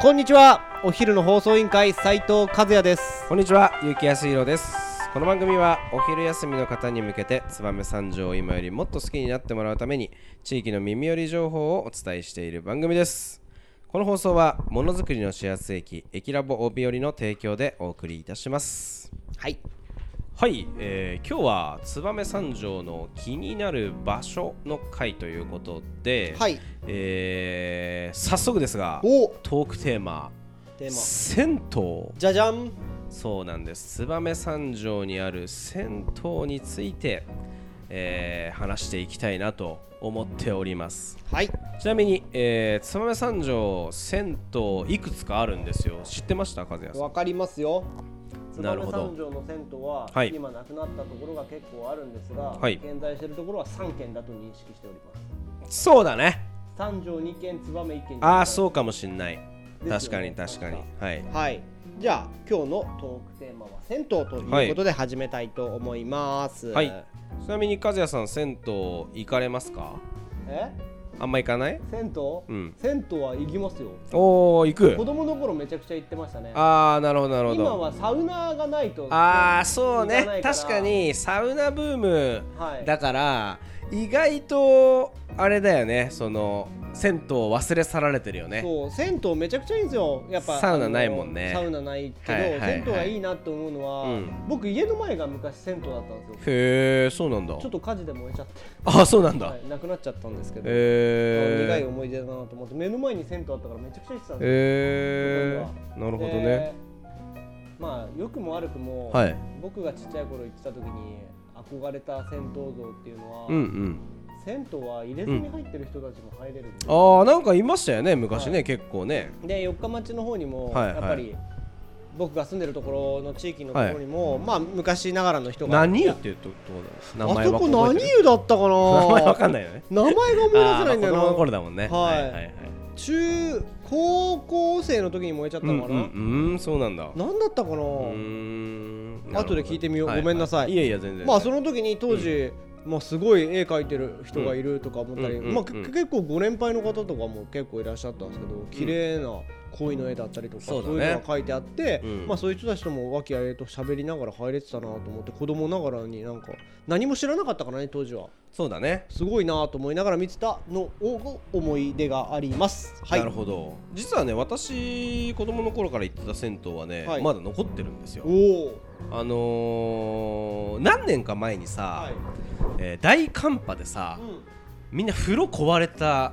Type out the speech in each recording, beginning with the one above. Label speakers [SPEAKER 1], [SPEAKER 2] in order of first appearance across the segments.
[SPEAKER 1] こんにちはお昼の放送委員会斉藤和也です
[SPEAKER 2] こんにちは、ゆうきやすいろです。この番組はお昼休みの方に向けて、燕三条を今よりもっと好きになってもらうために、地域の耳寄り情報をお伝えしている番組です。この放送は、ものづくりの始発駅、駅ラボ帯寄りの提供でお送りいたします。
[SPEAKER 1] はい
[SPEAKER 2] はい、えー今日は燕三条の気になる場所の回ということで、
[SPEAKER 1] はい
[SPEAKER 2] えー早速ですが、
[SPEAKER 1] お
[SPEAKER 2] トークテーマ、
[SPEAKER 1] テーマ
[SPEAKER 2] 銭湯。
[SPEAKER 1] じゃじゃん
[SPEAKER 2] そうなんです燕三条にある銭湯について、えー話していきたいなと思っております
[SPEAKER 1] はい
[SPEAKER 2] ちなみに、えー、燕三条銭湯いくつかあるんですよ知ってました和也さん
[SPEAKER 1] わかりますよ
[SPEAKER 2] なるほど
[SPEAKER 1] 燕三条の銭湯は、
[SPEAKER 2] はい
[SPEAKER 1] 今なくなったところが結構あるんですが、
[SPEAKER 2] はい
[SPEAKER 1] 現在しているところは3軒だと認識しております
[SPEAKER 2] そうだね
[SPEAKER 1] 三条2軒燕1軒
[SPEAKER 2] ああそううかもしんない
[SPEAKER 1] ですよね
[SPEAKER 2] 確かに確かにはい
[SPEAKER 1] はいじゃあ今日のトークテーマは銭湯ということで始めたいと思います
[SPEAKER 2] はいちなみに和也さん銭湯行かれますか
[SPEAKER 1] え
[SPEAKER 2] あんま行かない
[SPEAKER 1] 銭湯、
[SPEAKER 2] うん
[SPEAKER 1] 銭湯は行きますよ
[SPEAKER 2] おお行
[SPEAKER 1] 子
[SPEAKER 2] く
[SPEAKER 1] 供の頃めちゃくちゃ行ってましたね
[SPEAKER 2] ああなるほどなるほど
[SPEAKER 1] 今はサウナーがないと
[SPEAKER 2] ああそ
[SPEAKER 1] 行か
[SPEAKER 2] う
[SPEAKER 1] な
[SPEAKER 2] ね
[SPEAKER 1] いから
[SPEAKER 2] 確かにサウナブー
[SPEAKER 1] はい
[SPEAKER 2] ムだから、意外とあれだよねその銭湯を忘れ去られてるよね
[SPEAKER 1] そう銭湯めちゃくちゃいいんですよやっぱ
[SPEAKER 2] サウナ
[SPEAKER 1] あの
[SPEAKER 2] ないもんね
[SPEAKER 1] サウナないけど、
[SPEAKER 2] はいはいはい
[SPEAKER 1] 銭湯がいいなと思うのは、
[SPEAKER 2] うん
[SPEAKER 1] 僕家の前が昔銭湯だったんですよ
[SPEAKER 2] へえそうなんだ
[SPEAKER 1] ちょっと火事で燃えちゃって、
[SPEAKER 2] あそうなんだ、
[SPEAKER 1] はい、なくなっちゃったんですけど、苦い
[SPEAKER 2] へえ
[SPEAKER 1] 思い出だなと思って目の前に銭湯あったからめちゃくちゃ行ってたんですよ、
[SPEAKER 2] へえなるほどね、
[SPEAKER 1] でまあ良くも悪くも、
[SPEAKER 2] はい
[SPEAKER 1] 僕がちっちゃい頃行ってた時に憧れた銭湯像っていうのは、
[SPEAKER 2] うんうん
[SPEAKER 1] 銭湯は入れずに入ってる人たちも入れるんですよ
[SPEAKER 2] ああなんかいましたよね昔ね、
[SPEAKER 1] はい
[SPEAKER 2] 結構ね
[SPEAKER 1] で四日町の方にも、
[SPEAKER 2] はい
[SPEAKER 1] やっぱり僕が住んでるところの地域のところにも、まあ昔ながらの人が
[SPEAKER 2] 何
[SPEAKER 1] い
[SPEAKER 2] 湯
[SPEAKER 1] や
[SPEAKER 2] って言うとことだ名
[SPEAKER 1] あ
[SPEAKER 2] 前
[SPEAKER 1] そ
[SPEAKER 2] は
[SPEAKER 1] こ
[SPEAKER 2] 覚
[SPEAKER 1] 何
[SPEAKER 2] えてる
[SPEAKER 1] 湯だったかな
[SPEAKER 2] 名前わかんないよね
[SPEAKER 1] 名前が思い出せないんだ
[SPEAKER 2] あーまあ子供の
[SPEAKER 1] よ
[SPEAKER 2] 頃
[SPEAKER 1] な
[SPEAKER 2] だもんね
[SPEAKER 1] はい
[SPEAKER 2] はいはい
[SPEAKER 1] 中高校生の時に燃えちゃった
[SPEAKER 2] うん
[SPEAKER 1] の
[SPEAKER 2] う
[SPEAKER 1] かな、
[SPEAKER 2] んうんそうなんだ
[SPEAKER 1] 何だったかな、
[SPEAKER 2] あ
[SPEAKER 1] 後で聞いてみようごめんなさい
[SPEAKER 2] いやいや全然
[SPEAKER 1] まあその時に当時、まあ、すごい絵描いてる人がいるとか思ったり、
[SPEAKER 2] うんうん
[SPEAKER 1] まあ、
[SPEAKER 2] うん
[SPEAKER 1] け結構ご年配の方とかも結構いらっしゃったんですけど綺麗な恋の絵だったりとか、
[SPEAKER 2] そうだね
[SPEAKER 1] いうのが描いてあって、
[SPEAKER 2] うん
[SPEAKER 1] まあ、そういう人たちとも和気あいあいと喋りながら入れてたなと思って子供ながらになんか何も知らなかったからね当時は
[SPEAKER 2] そうだね
[SPEAKER 1] すごいなと思いながら見てたのを思い出がありますはい
[SPEAKER 2] なるほど実はね私子供の頃から行ってた銭湯はね、
[SPEAKER 1] はい
[SPEAKER 2] まだ残ってるんですよ
[SPEAKER 1] おお
[SPEAKER 2] あのー、何年か前にさ、
[SPEAKER 1] はい
[SPEAKER 2] えー大寒波でさ、
[SPEAKER 1] うん
[SPEAKER 2] みんな風呂壊れた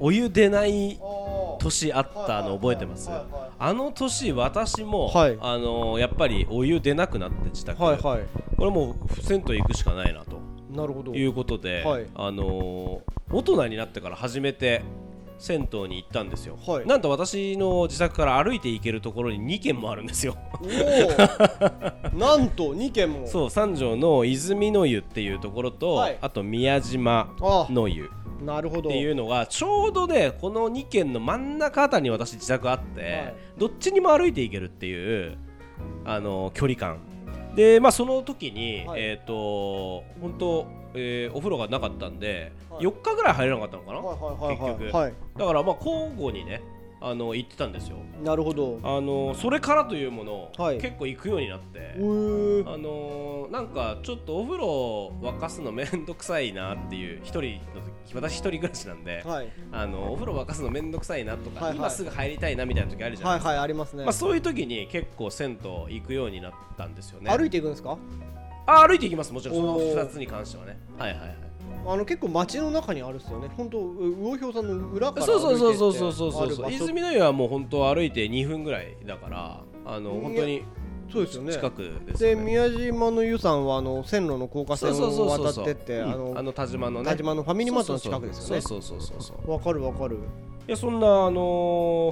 [SPEAKER 2] お湯出ない
[SPEAKER 1] あー
[SPEAKER 2] 年あったの覚えてます
[SPEAKER 1] はいはいはいはい
[SPEAKER 2] あの年私も、
[SPEAKER 1] はい
[SPEAKER 2] あのーやっぱりお湯出なくなって自宅、
[SPEAKER 1] はいはい
[SPEAKER 2] これもう銭湯行くしかないなと
[SPEAKER 1] なるほど
[SPEAKER 2] いうことで、
[SPEAKER 1] はい
[SPEAKER 2] あのー大人になってから初めて銭湯に行ったんですよ、
[SPEAKER 1] はい
[SPEAKER 2] なんと私の自宅から歩いて行けるところに2軒もあるんですよ
[SPEAKER 1] おおなんと2軒 も
[SPEAKER 2] そう三条の泉の湯っていうところと、
[SPEAKER 1] はい
[SPEAKER 2] あと宮島の湯っ
[SPEAKER 1] なるほど
[SPEAKER 2] ていうのがちょうどねこの2軒の真ん中あたりに私自宅あって、
[SPEAKER 1] はい
[SPEAKER 2] どっちにも歩いて行けるっていう、あのー距離感でまあその時に、
[SPEAKER 1] はい
[SPEAKER 2] えっ、と本当、えーお風呂がなかったんで、
[SPEAKER 1] はい
[SPEAKER 2] 4日ぐらい入れなかったのかな、
[SPEAKER 1] はいはいはい
[SPEAKER 2] 結
[SPEAKER 1] はい
[SPEAKER 2] 局
[SPEAKER 1] はい
[SPEAKER 2] だからまあ交互にねあの行ってたんですよ
[SPEAKER 1] なるほど
[SPEAKER 2] あのそれからというもの、
[SPEAKER 1] はい
[SPEAKER 2] 結構行くようになって
[SPEAKER 1] うー
[SPEAKER 2] あのーなんかちょっとお風呂沸かすのめんどくさいなっていう一人の時私一人暮らしなんで、
[SPEAKER 1] はい
[SPEAKER 2] あのお風呂沸かすのめんどくさいなと
[SPEAKER 1] は
[SPEAKER 2] か、
[SPEAKER 1] いはい
[SPEAKER 2] 今すぐ入りたいなみたいな時あるじゃな
[SPEAKER 1] はいい
[SPEAKER 2] ですか、
[SPEAKER 1] はいありますね
[SPEAKER 2] まあ、そういう時に結構銭湯行くようになったんですよね
[SPEAKER 1] 歩いていくんですか
[SPEAKER 2] あ歩いて行きますもちろんその
[SPEAKER 1] おー
[SPEAKER 2] 2つに関してはねはいはいはい
[SPEAKER 1] あの結構街の中にあるっすよね本当う魚ひょうさんの裏から
[SPEAKER 2] そうそうそうそうそ
[SPEAKER 1] 歩
[SPEAKER 2] うそ
[SPEAKER 1] いうてって
[SPEAKER 2] そう
[SPEAKER 1] ある場所
[SPEAKER 2] 泉の湯はもう本当歩いて2分ぐらいだからあの
[SPEAKER 1] いや
[SPEAKER 2] 本当に
[SPEAKER 1] そうですよね
[SPEAKER 2] 近くです
[SPEAKER 1] で
[SPEAKER 2] よね
[SPEAKER 1] 宮島の湯さんはあの線路の高架
[SPEAKER 2] そ
[SPEAKER 1] 線
[SPEAKER 2] うそうそう
[SPEAKER 1] を
[SPEAKER 2] そう
[SPEAKER 1] 渡
[SPEAKER 2] そ
[SPEAKER 1] っ
[SPEAKER 2] う
[SPEAKER 1] てってあ
[SPEAKER 2] うんあ
[SPEAKER 1] の
[SPEAKER 2] の田島のね
[SPEAKER 1] 田島のファミリーマートの近くですよね
[SPEAKER 2] そうそうそうそうそうそう
[SPEAKER 1] わかるわかる
[SPEAKER 2] いやそんなあのー、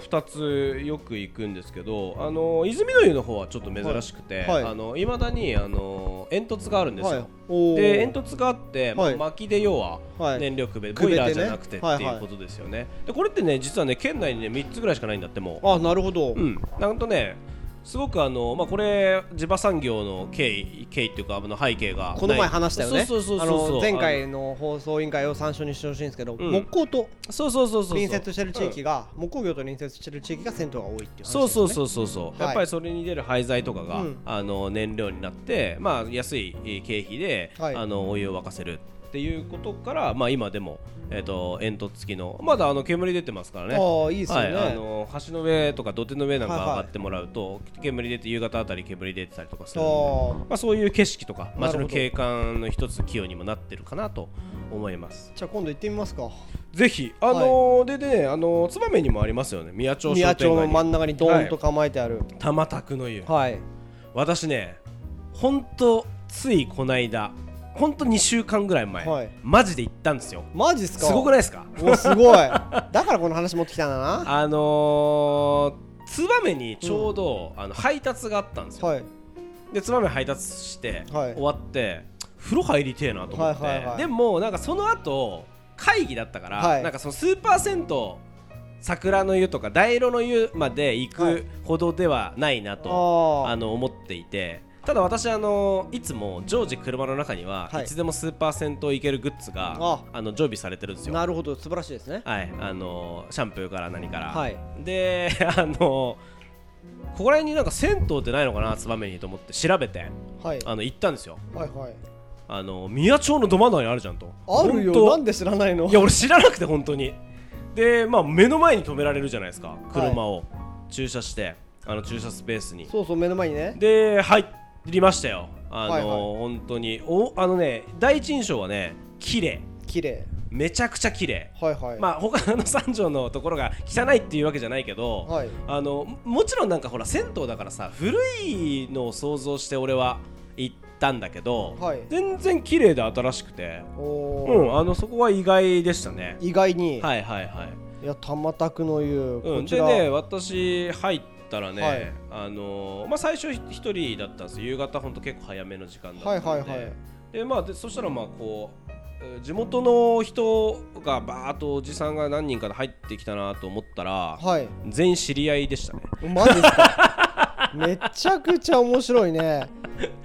[SPEAKER 2] 2つよく行くんですけどあのー、泉の湯の方はちょっと珍しくて、
[SPEAKER 1] はいはい
[SPEAKER 2] あのいまだにあのー、煙突があるんですよ、
[SPEAKER 1] はいおー
[SPEAKER 2] で煙突があって、まあ
[SPEAKER 1] はい
[SPEAKER 2] 薪で要は
[SPEAKER 1] はい
[SPEAKER 2] 燃料くべ、
[SPEAKER 1] くべてね
[SPEAKER 2] ボイラーじゃなくてって
[SPEAKER 1] はいはい
[SPEAKER 2] いうことですよね、でこれってね実はね県内にね3つぐらいしかないんだってもう
[SPEAKER 1] あなるほど
[SPEAKER 2] うん、なんとねすごくあの、まあ、これ地場産業の経緯経緯っていうかあの背景が
[SPEAKER 1] この前
[SPEAKER 2] ない
[SPEAKER 1] 話したよね
[SPEAKER 2] そうそうそう
[SPEAKER 1] あ
[SPEAKER 2] そうそう
[SPEAKER 1] の前回の放送委員会を参照にしてほしいんですけど、
[SPEAKER 2] うん
[SPEAKER 1] 木工と
[SPEAKER 2] あのそうそうそうそう
[SPEAKER 1] 隣接してる地域が、木工業と隣接してる地域が銭湯が多いっていう話です、ね、
[SPEAKER 2] そうそう
[SPEAKER 1] う
[SPEAKER 2] そうそうそう、
[SPEAKER 1] い
[SPEAKER 2] やっぱりそれに出る廃材とかが、
[SPEAKER 1] うん
[SPEAKER 2] あの燃料になって、まあ、安いえー経費で、
[SPEAKER 1] はい
[SPEAKER 2] あのお湯を沸かせるっていうことから、まあ、今でも、えー、と煙突付きのまだあの煙出てますからね
[SPEAKER 1] ああいいですよね、
[SPEAKER 2] はい、あの橋の上とか土手の上なんか
[SPEAKER 1] は
[SPEAKER 2] 上
[SPEAKER 1] いはい
[SPEAKER 2] がってもらうと、煙出て夕方あたり煙出てたりとかするんで
[SPEAKER 1] そう
[SPEAKER 2] まあ、そういう景色とか
[SPEAKER 1] なるほ
[SPEAKER 2] 街
[SPEAKER 1] ど
[SPEAKER 2] の景観の一つ寄与にもなってるかなと思います
[SPEAKER 1] じゃあ今度行ってみますか
[SPEAKER 2] ぜひあのーでねあのー燕にもありますよね宮町商
[SPEAKER 1] 宮
[SPEAKER 2] 店
[SPEAKER 1] 町の
[SPEAKER 2] 街
[SPEAKER 1] 真
[SPEAKER 2] に
[SPEAKER 1] ん中にドーンと構えてある
[SPEAKER 2] 玉宅の湯
[SPEAKER 1] はい、
[SPEAKER 2] 私ねほんとついこの間ほんと2週間ぐらい前、
[SPEAKER 1] はい
[SPEAKER 2] マジで行ったんですよ
[SPEAKER 1] マジっすか
[SPEAKER 2] すごくないですか
[SPEAKER 1] おすごいだからこの話持ってきたんだな
[SPEAKER 2] あのー、燕にちょうど、あの配達があったんですよ
[SPEAKER 1] はい
[SPEAKER 2] でつまみ配達して、
[SPEAKER 1] はい
[SPEAKER 2] 終わって風呂入りてえなと思って、
[SPEAKER 1] はいはいはい
[SPEAKER 2] でもなんかその後会議だったから、
[SPEAKER 1] はい
[SPEAKER 2] なんかそのスーパー銭湯桜の湯とか大路の湯まで行
[SPEAKER 1] は
[SPEAKER 2] く
[SPEAKER 1] い
[SPEAKER 2] ほどではないなと、
[SPEAKER 1] あ
[SPEAKER 2] あ
[SPEAKER 1] あ
[SPEAKER 2] の思っていてただ私あのいつも常時車の中には、
[SPEAKER 1] はい
[SPEAKER 2] い、つでもスーパー銭湯行けるグッズが
[SPEAKER 1] あ
[SPEAKER 2] あの常備されてるんですよ
[SPEAKER 1] なるほど素晴らしいですね
[SPEAKER 2] はい、あのシャンプーから何から、
[SPEAKER 1] はい
[SPEAKER 2] であのここら辺になんか銭湯ってないのかな燕にと思って調べて
[SPEAKER 1] はい
[SPEAKER 2] あの行ったんですよ
[SPEAKER 1] はいはい
[SPEAKER 2] あの宮町のど真ん中にあるじゃんと
[SPEAKER 1] ある
[SPEAKER 2] ほん
[SPEAKER 1] よ
[SPEAKER 2] と
[SPEAKER 1] なんで知らないの
[SPEAKER 2] いや俺知らなくて本当にでまあ目の前に止められるじゃないですか車を、駐車してあの駐車スペースに
[SPEAKER 1] そうそう目の前にね
[SPEAKER 2] で入りましたよあの、
[SPEAKER 1] はいはい
[SPEAKER 2] 本当におあのね第一印象はね綺麗
[SPEAKER 1] 綺麗
[SPEAKER 2] めちゃくちゃ綺麗
[SPEAKER 1] はいはい
[SPEAKER 2] まあ他の三条のところが汚いっていうわけじゃないけど、
[SPEAKER 1] はい
[SPEAKER 2] あのももちろんなんかほら銭湯だからさ古いのを想像して俺は行ったんだけど、
[SPEAKER 1] はい
[SPEAKER 2] 全然綺麗で新しくて、
[SPEAKER 1] お
[SPEAKER 2] う
[SPEAKER 1] お
[SPEAKER 2] ん、あのそこは意外でしたね
[SPEAKER 1] 意外に
[SPEAKER 2] はいはいはい、
[SPEAKER 1] いや玉田区の湯
[SPEAKER 2] う
[SPEAKER 1] こ
[SPEAKER 2] ん、
[SPEAKER 1] ち
[SPEAKER 2] で
[SPEAKER 1] ら
[SPEAKER 2] ね私入ったらね、
[SPEAKER 1] はい
[SPEAKER 2] あのまあ、最初ひ一人だったんですよ夕方ほんと結構早めの時間だったんで,、
[SPEAKER 1] はいはいはい
[SPEAKER 2] でまあ、でそしたらまあこうえー地元の人がバーっとおじさんが何人かで入ってきたなと思ったら、
[SPEAKER 1] はい
[SPEAKER 2] 全員知り合いでしたね
[SPEAKER 1] マジっすか めちゃくちゃ面白いね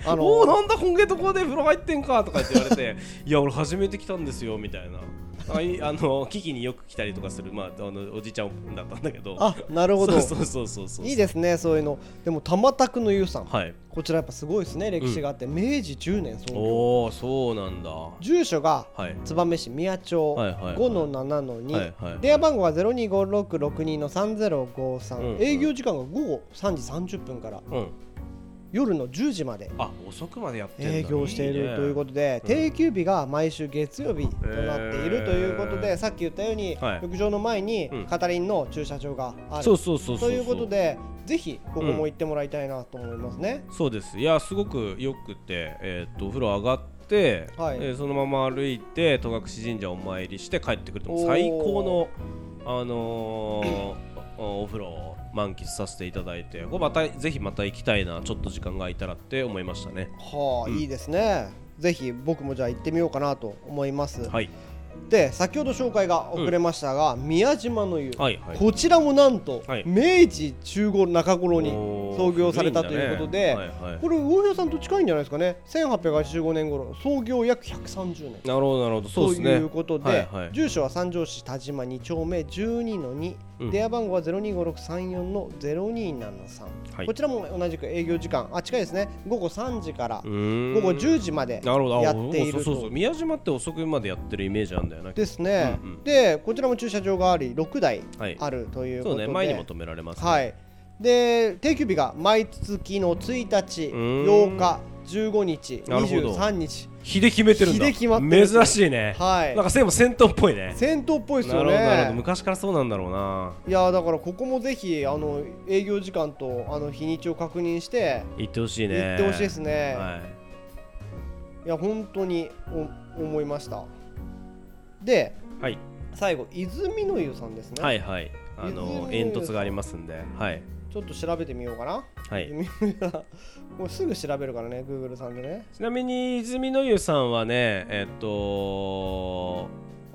[SPEAKER 1] あの
[SPEAKER 2] おおーなんだこんげとこで風呂入ってんかとかって言われていや俺初めて来たんですよみたいなあいあの危機によく来たりとかする、まあ、あのおじいちゃんだったんだけど
[SPEAKER 1] あなるほど
[SPEAKER 2] そうそうそうそうそう
[SPEAKER 1] いいですねそういうのでも玉田区の湯さん
[SPEAKER 2] はい
[SPEAKER 1] こちらやっぱすごいですね歴史があって、明治10年創業
[SPEAKER 2] おおそうなんだは
[SPEAKER 1] 住所が
[SPEAKER 2] い
[SPEAKER 1] 燕市宮町
[SPEAKER 2] はいはいはい
[SPEAKER 1] 5の7の2、
[SPEAKER 2] はいはいはい
[SPEAKER 1] 電話番号は025662の3053、
[SPEAKER 2] うんうん
[SPEAKER 1] 営業時間が午後3時30分から
[SPEAKER 2] うん
[SPEAKER 1] 夜の10時まで
[SPEAKER 2] あ遅くまでやってんだ
[SPEAKER 1] 営業しているということとで
[SPEAKER 2] うん
[SPEAKER 1] 定休日が毎週月曜日となってい
[SPEAKER 2] へー
[SPEAKER 1] るということで、さっき言ったように、
[SPEAKER 2] はい
[SPEAKER 1] 浴場の前に
[SPEAKER 2] うん
[SPEAKER 1] 片輪の駐車場がある、
[SPEAKER 2] そうそうそうそ
[SPEAKER 1] と
[SPEAKER 2] う
[SPEAKER 1] いうことでぜひここも行ってもらいたいなと思いますね、
[SPEAKER 2] そうですいやすごくよくて、えーっとお風呂上がって、
[SPEAKER 1] はい
[SPEAKER 2] えーそのまま歩いて戸隠神社お参りして帰ってくると
[SPEAKER 1] おー
[SPEAKER 2] 最高の、あのーおお風呂を満喫させていただいてこれまたぜひまた行きたいなちょっと時間が空いたらって思いましたね
[SPEAKER 1] はあ、いいですねぜひ僕もじゃあ行ってみようかなと思います、
[SPEAKER 2] はい
[SPEAKER 1] で先ほど紹介が遅れましたが、宮島の湯、
[SPEAKER 2] はいはい
[SPEAKER 1] こちらもなんと、
[SPEAKER 2] はい
[SPEAKER 1] 明治中頃中頃に
[SPEAKER 2] おー
[SPEAKER 1] 創業されたということで、
[SPEAKER 2] 古いんだねはいはい
[SPEAKER 1] これ魚平さんと近いんじゃないですかね1885年頃創業約130年
[SPEAKER 2] なるほどなるほどそうですね
[SPEAKER 1] ということで、
[SPEAKER 2] はいはい
[SPEAKER 1] 住所は三条市田島2丁目12の2、
[SPEAKER 2] うん
[SPEAKER 1] 電話番号は02564の0273、
[SPEAKER 2] はい
[SPEAKER 1] こちらも同じく営業時間あ近いですね午後3時から
[SPEAKER 2] うーん
[SPEAKER 1] 午後10時まで
[SPEAKER 2] なるほど
[SPEAKER 1] やっている
[SPEAKER 2] あそうそうそう
[SPEAKER 1] と
[SPEAKER 2] 宮島って遅くまでやってるイメージなんだよね
[SPEAKER 1] ですね、
[SPEAKER 2] うんうん
[SPEAKER 1] でこちらも駐車場があり6台
[SPEAKER 2] はい
[SPEAKER 1] あるというこ
[SPEAKER 2] そ
[SPEAKER 1] と
[SPEAKER 2] う
[SPEAKER 1] で、
[SPEAKER 2] ね前にも止められますね、
[SPEAKER 1] はい、で定休日が毎月の1日
[SPEAKER 2] ーん
[SPEAKER 1] 8日15日
[SPEAKER 2] なるほど
[SPEAKER 1] 23日
[SPEAKER 2] 日で決めてるんだ
[SPEAKER 1] 日で決まってる
[SPEAKER 2] 珍しいね、
[SPEAKER 1] はい
[SPEAKER 2] なんか線も戦闘っぽいね
[SPEAKER 1] 戦闘っぽいです
[SPEAKER 2] なる
[SPEAKER 1] よ
[SPEAKER 2] ほどなるほど
[SPEAKER 1] ね
[SPEAKER 2] 昔からそうなんだろうない
[SPEAKER 1] やだからここもぜひあの営業時間とあの日にちを確認して
[SPEAKER 2] 行ってほしい
[SPEAKER 1] 行
[SPEAKER 2] ね
[SPEAKER 1] ってほしいですね
[SPEAKER 2] はい
[SPEAKER 1] いや本当にお思いましたで
[SPEAKER 2] はい
[SPEAKER 1] 最後泉の湯さんですね、
[SPEAKER 2] はいはいあの
[SPEAKER 1] 泉
[SPEAKER 2] 煙突がありますんではい
[SPEAKER 1] ちょっと調べてみようかな、
[SPEAKER 2] はい
[SPEAKER 1] 泉の湯さんこれすぐ調べるからね Google さんでね
[SPEAKER 2] ちなみに泉の湯さんはねえっと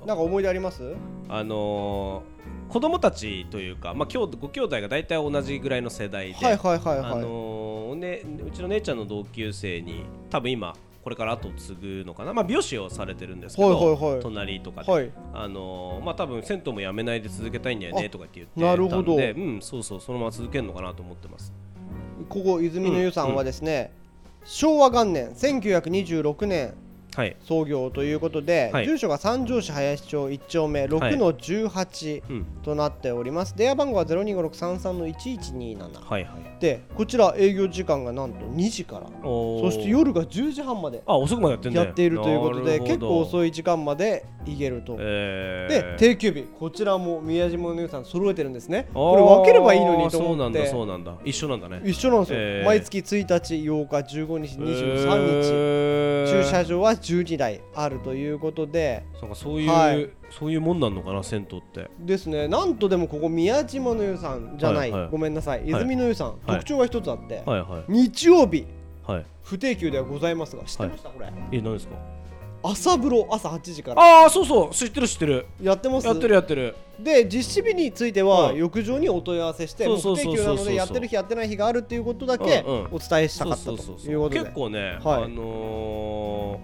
[SPEAKER 1] なんか思い出あります
[SPEAKER 2] あのー子供たちというか、まあ、兄弟ご兄弟が大体同じぐらいの世代で、
[SPEAKER 1] はいはいはい
[SPEAKER 2] あ
[SPEAKER 1] はい、
[SPEAKER 2] のーね、うちの姉ちゃんの同級生に多分今これから後を継ぐのかな、まあ、美容師をされてるんですけど、
[SPEAKER 1] はいはいはい
[SPEAKER 2] 隣とかで、
[SPEAKER 1] はい
[SPEAKER 2] あのーまあ、多分銭湯も辞めないで続けたいんだよねとかって言って
[SPEAKER 1] なるほど
[SPEAKER 2] たんで、うん、そうそうそのまま続けるのかなと思ってます
[SPEAKER 1] ここ泉の湯さんはですね、昭和元年1926年
[SPEAKER 2] はい
[SPEAKER 1] 創業ということで、
[SPEAKER 2] はい
[SPEAKER 1] 住所が三条市林町1丁目6の18
[SPEAKER 2] うん
[SPEAKER 1] となっております、電話番号は02563の1127
[SPEAKER 2] はいはい
[SPEAKER 1] でこちら営業時間がなんと2時から
[SPEAKER 2] おー
[SPEAKER 1] そして夜が10時半まで
[SPEAKER 2] あ遅くまでやってんだ
[SPEAKER 1] やっているということで結構
[SPEAKER 2] い
[SPEAKER 1] 遅い時間まで行けると。
[SPEAKER 2] え
[SPEAKER 1] で
[SPEAKER 2] ー
[SPEAKER 1] 定休日こちらも宮島の湯さん揃えてるんですねこれ分ければいいのにと
[SPEAKER 2] あーそうな
[SPEAKER 1] 思っ
[SPEAKER 2] ん
[SPEAKER 1] て
[SPEAKER 2] だそうなんだ一緒なんだね
[SPEAKER 1] 一緒なんですよ、
[SPEAKER 2] えー
[SPEAKER 1] 毎月1日8日15日23日、
[SPEAKER 2] えー
[SPEAKER 1] 駐車場は12台あるということで
[SPEAKER 2] そうかそういう、
[SPEAKER 1] はい
[SPEAKER 2] そういうもんなんのかな銭湯って
[SPEAKER 1] ですねなんとでもここ宮島の湯さんじゃない、
[SPEAKER 2] はいはい
[SPEAKER 1] ごめんなさい
[SPEAKER 2] い
[SPEAKER 1] 泉の湯さん、
[SPEAKER 2] はい
[SPEAKER 1] 特徴が一つあって、
[SPEAKER 2] はいはい
[SPEAKER 1] 日曜日
[SPEAKER 2] はい
[SPEAKER 1] 不定休ではございますが知ってました、これ
[SPEAKER 2] え何ですか
[SPEAKER 1] 朝風呂朝8時から
[SPEAKER 2] ああそうそう知ってる知ってる
[SPEAKER 1] やってます
[SPEAKER 2] やってるやってる
[SPEAKER 1] で実施日については
[SPEAKER 2] うん
[SPEAKER 1] 浴場にお問い合わせして、
[SPEAKER 2] そ
[SPEAKER 1] もう
[SPEAKER 2] うそ
[SPEAKER 1] 不
[SPEAKER 2] うそう
[SPEAKER 1] 定
[SPEAKER 2] そ
[SPEAKER 1] 休
[SPEAKER 2] うそ
[SPEAKER 1] なの
[SPEAKER 2] う
[SPEAKER 1] でやってる日やってない日があるっていうことだけ
[SPEAKER 2] うんうん
[SPEAKER 1] お伝えした
[SPEAKER 2] そ
[SPEAKER 1] か
[SPEAKER 2] う
[SPEAKER 1] ったと
[SPEAKER 2] そ
[SPEAKER 1] いううこと
[SPEAKER 2] そうそう
[SPEAKER 1] で、
[SPEAKER 2] 結構ね、
[SPEAKER 1] はい
[SPEAKER 2] あの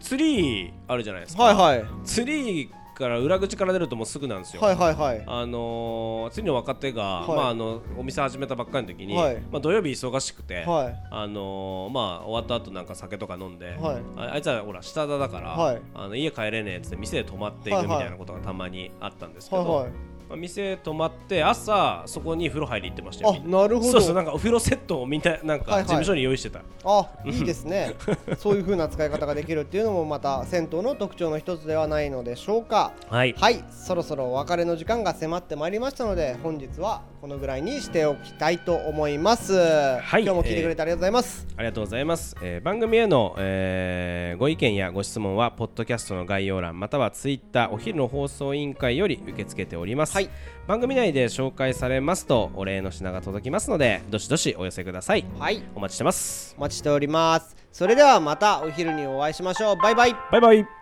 [SPEAKER 2] ー、ツリーあるじゃないですか、
[SPEAKER 1] はいはい
[SPEAKER 2] ツリーから裏口から出るともうすぐなんですよ、
[SPEAKER 1] はいはいはい
[SPEAKER 2] あのー、次の若手が、
[SPEAKER 1] はい
[SPEAKER 2] まあ、あのお店始めたばっかりの時に、
[SPEAKER 1] はい
[SPEAKER 2] まあ、土曜日忙しくて、
[SPEAKER 1] はい
[SPEAKER 2] あのーまあ、終わった後なんか酒とか飲んで、
[SPEAKER 1] はい
[SPEAKER 2] ああいつはほら下田だから、
[SPEAKER 1] はい
[SPEAKER 2] あの家帰れねえっつって店で泊まっていくみたいなことがたまにあったんですけど、
[SPEAKER 1] はいはい
[SPEAKER 2] まあ、店泊まって朝そこに風呂入り行ってましたよ
[SPEAKER 1] あ
[SPEAKER 2] みんな
[SPEAKER 1] なるほど
[SPEAKER 2] そうそうなんかお風呂セットをみんななんか
[SPEAKER 1] はいはい
[SPEAKER 2] 事務所に用意してた、
[SPEAKER 1] あいいですねそういう風な使い方ができるっていうのもまた銭湯の特徴の一つではないのでしょうか
[SPEAKER 2] はい
[SPEAKER 1] はいそろそろお別れの時間が迫ってまいりましたので本日はこのぐらいにしておきたいと思います、
[SPEAKER 2] い
[SPEAKER 1] 今日も聞いてくれてありがとうございます、
[SPEAKER 2] ありがとうございます、えー番組への、えーご意見やご質問はポッドキャストの概要欄またはツイッターお昼の放送委員会より受け付けております、
[SPEAKER 1] はい
[SPEAKER 2] 番組内で紹介されますとお礼の品が届きますのでどしどしお寄せください
[SPEAKER 1] はい
[SPEAKER 2] お待ちしてます
[SPEAKER 1] お待ちしておりますそれではまたお昼にお会いしましょうバイバイ
[SPEAKER 2] バイバイ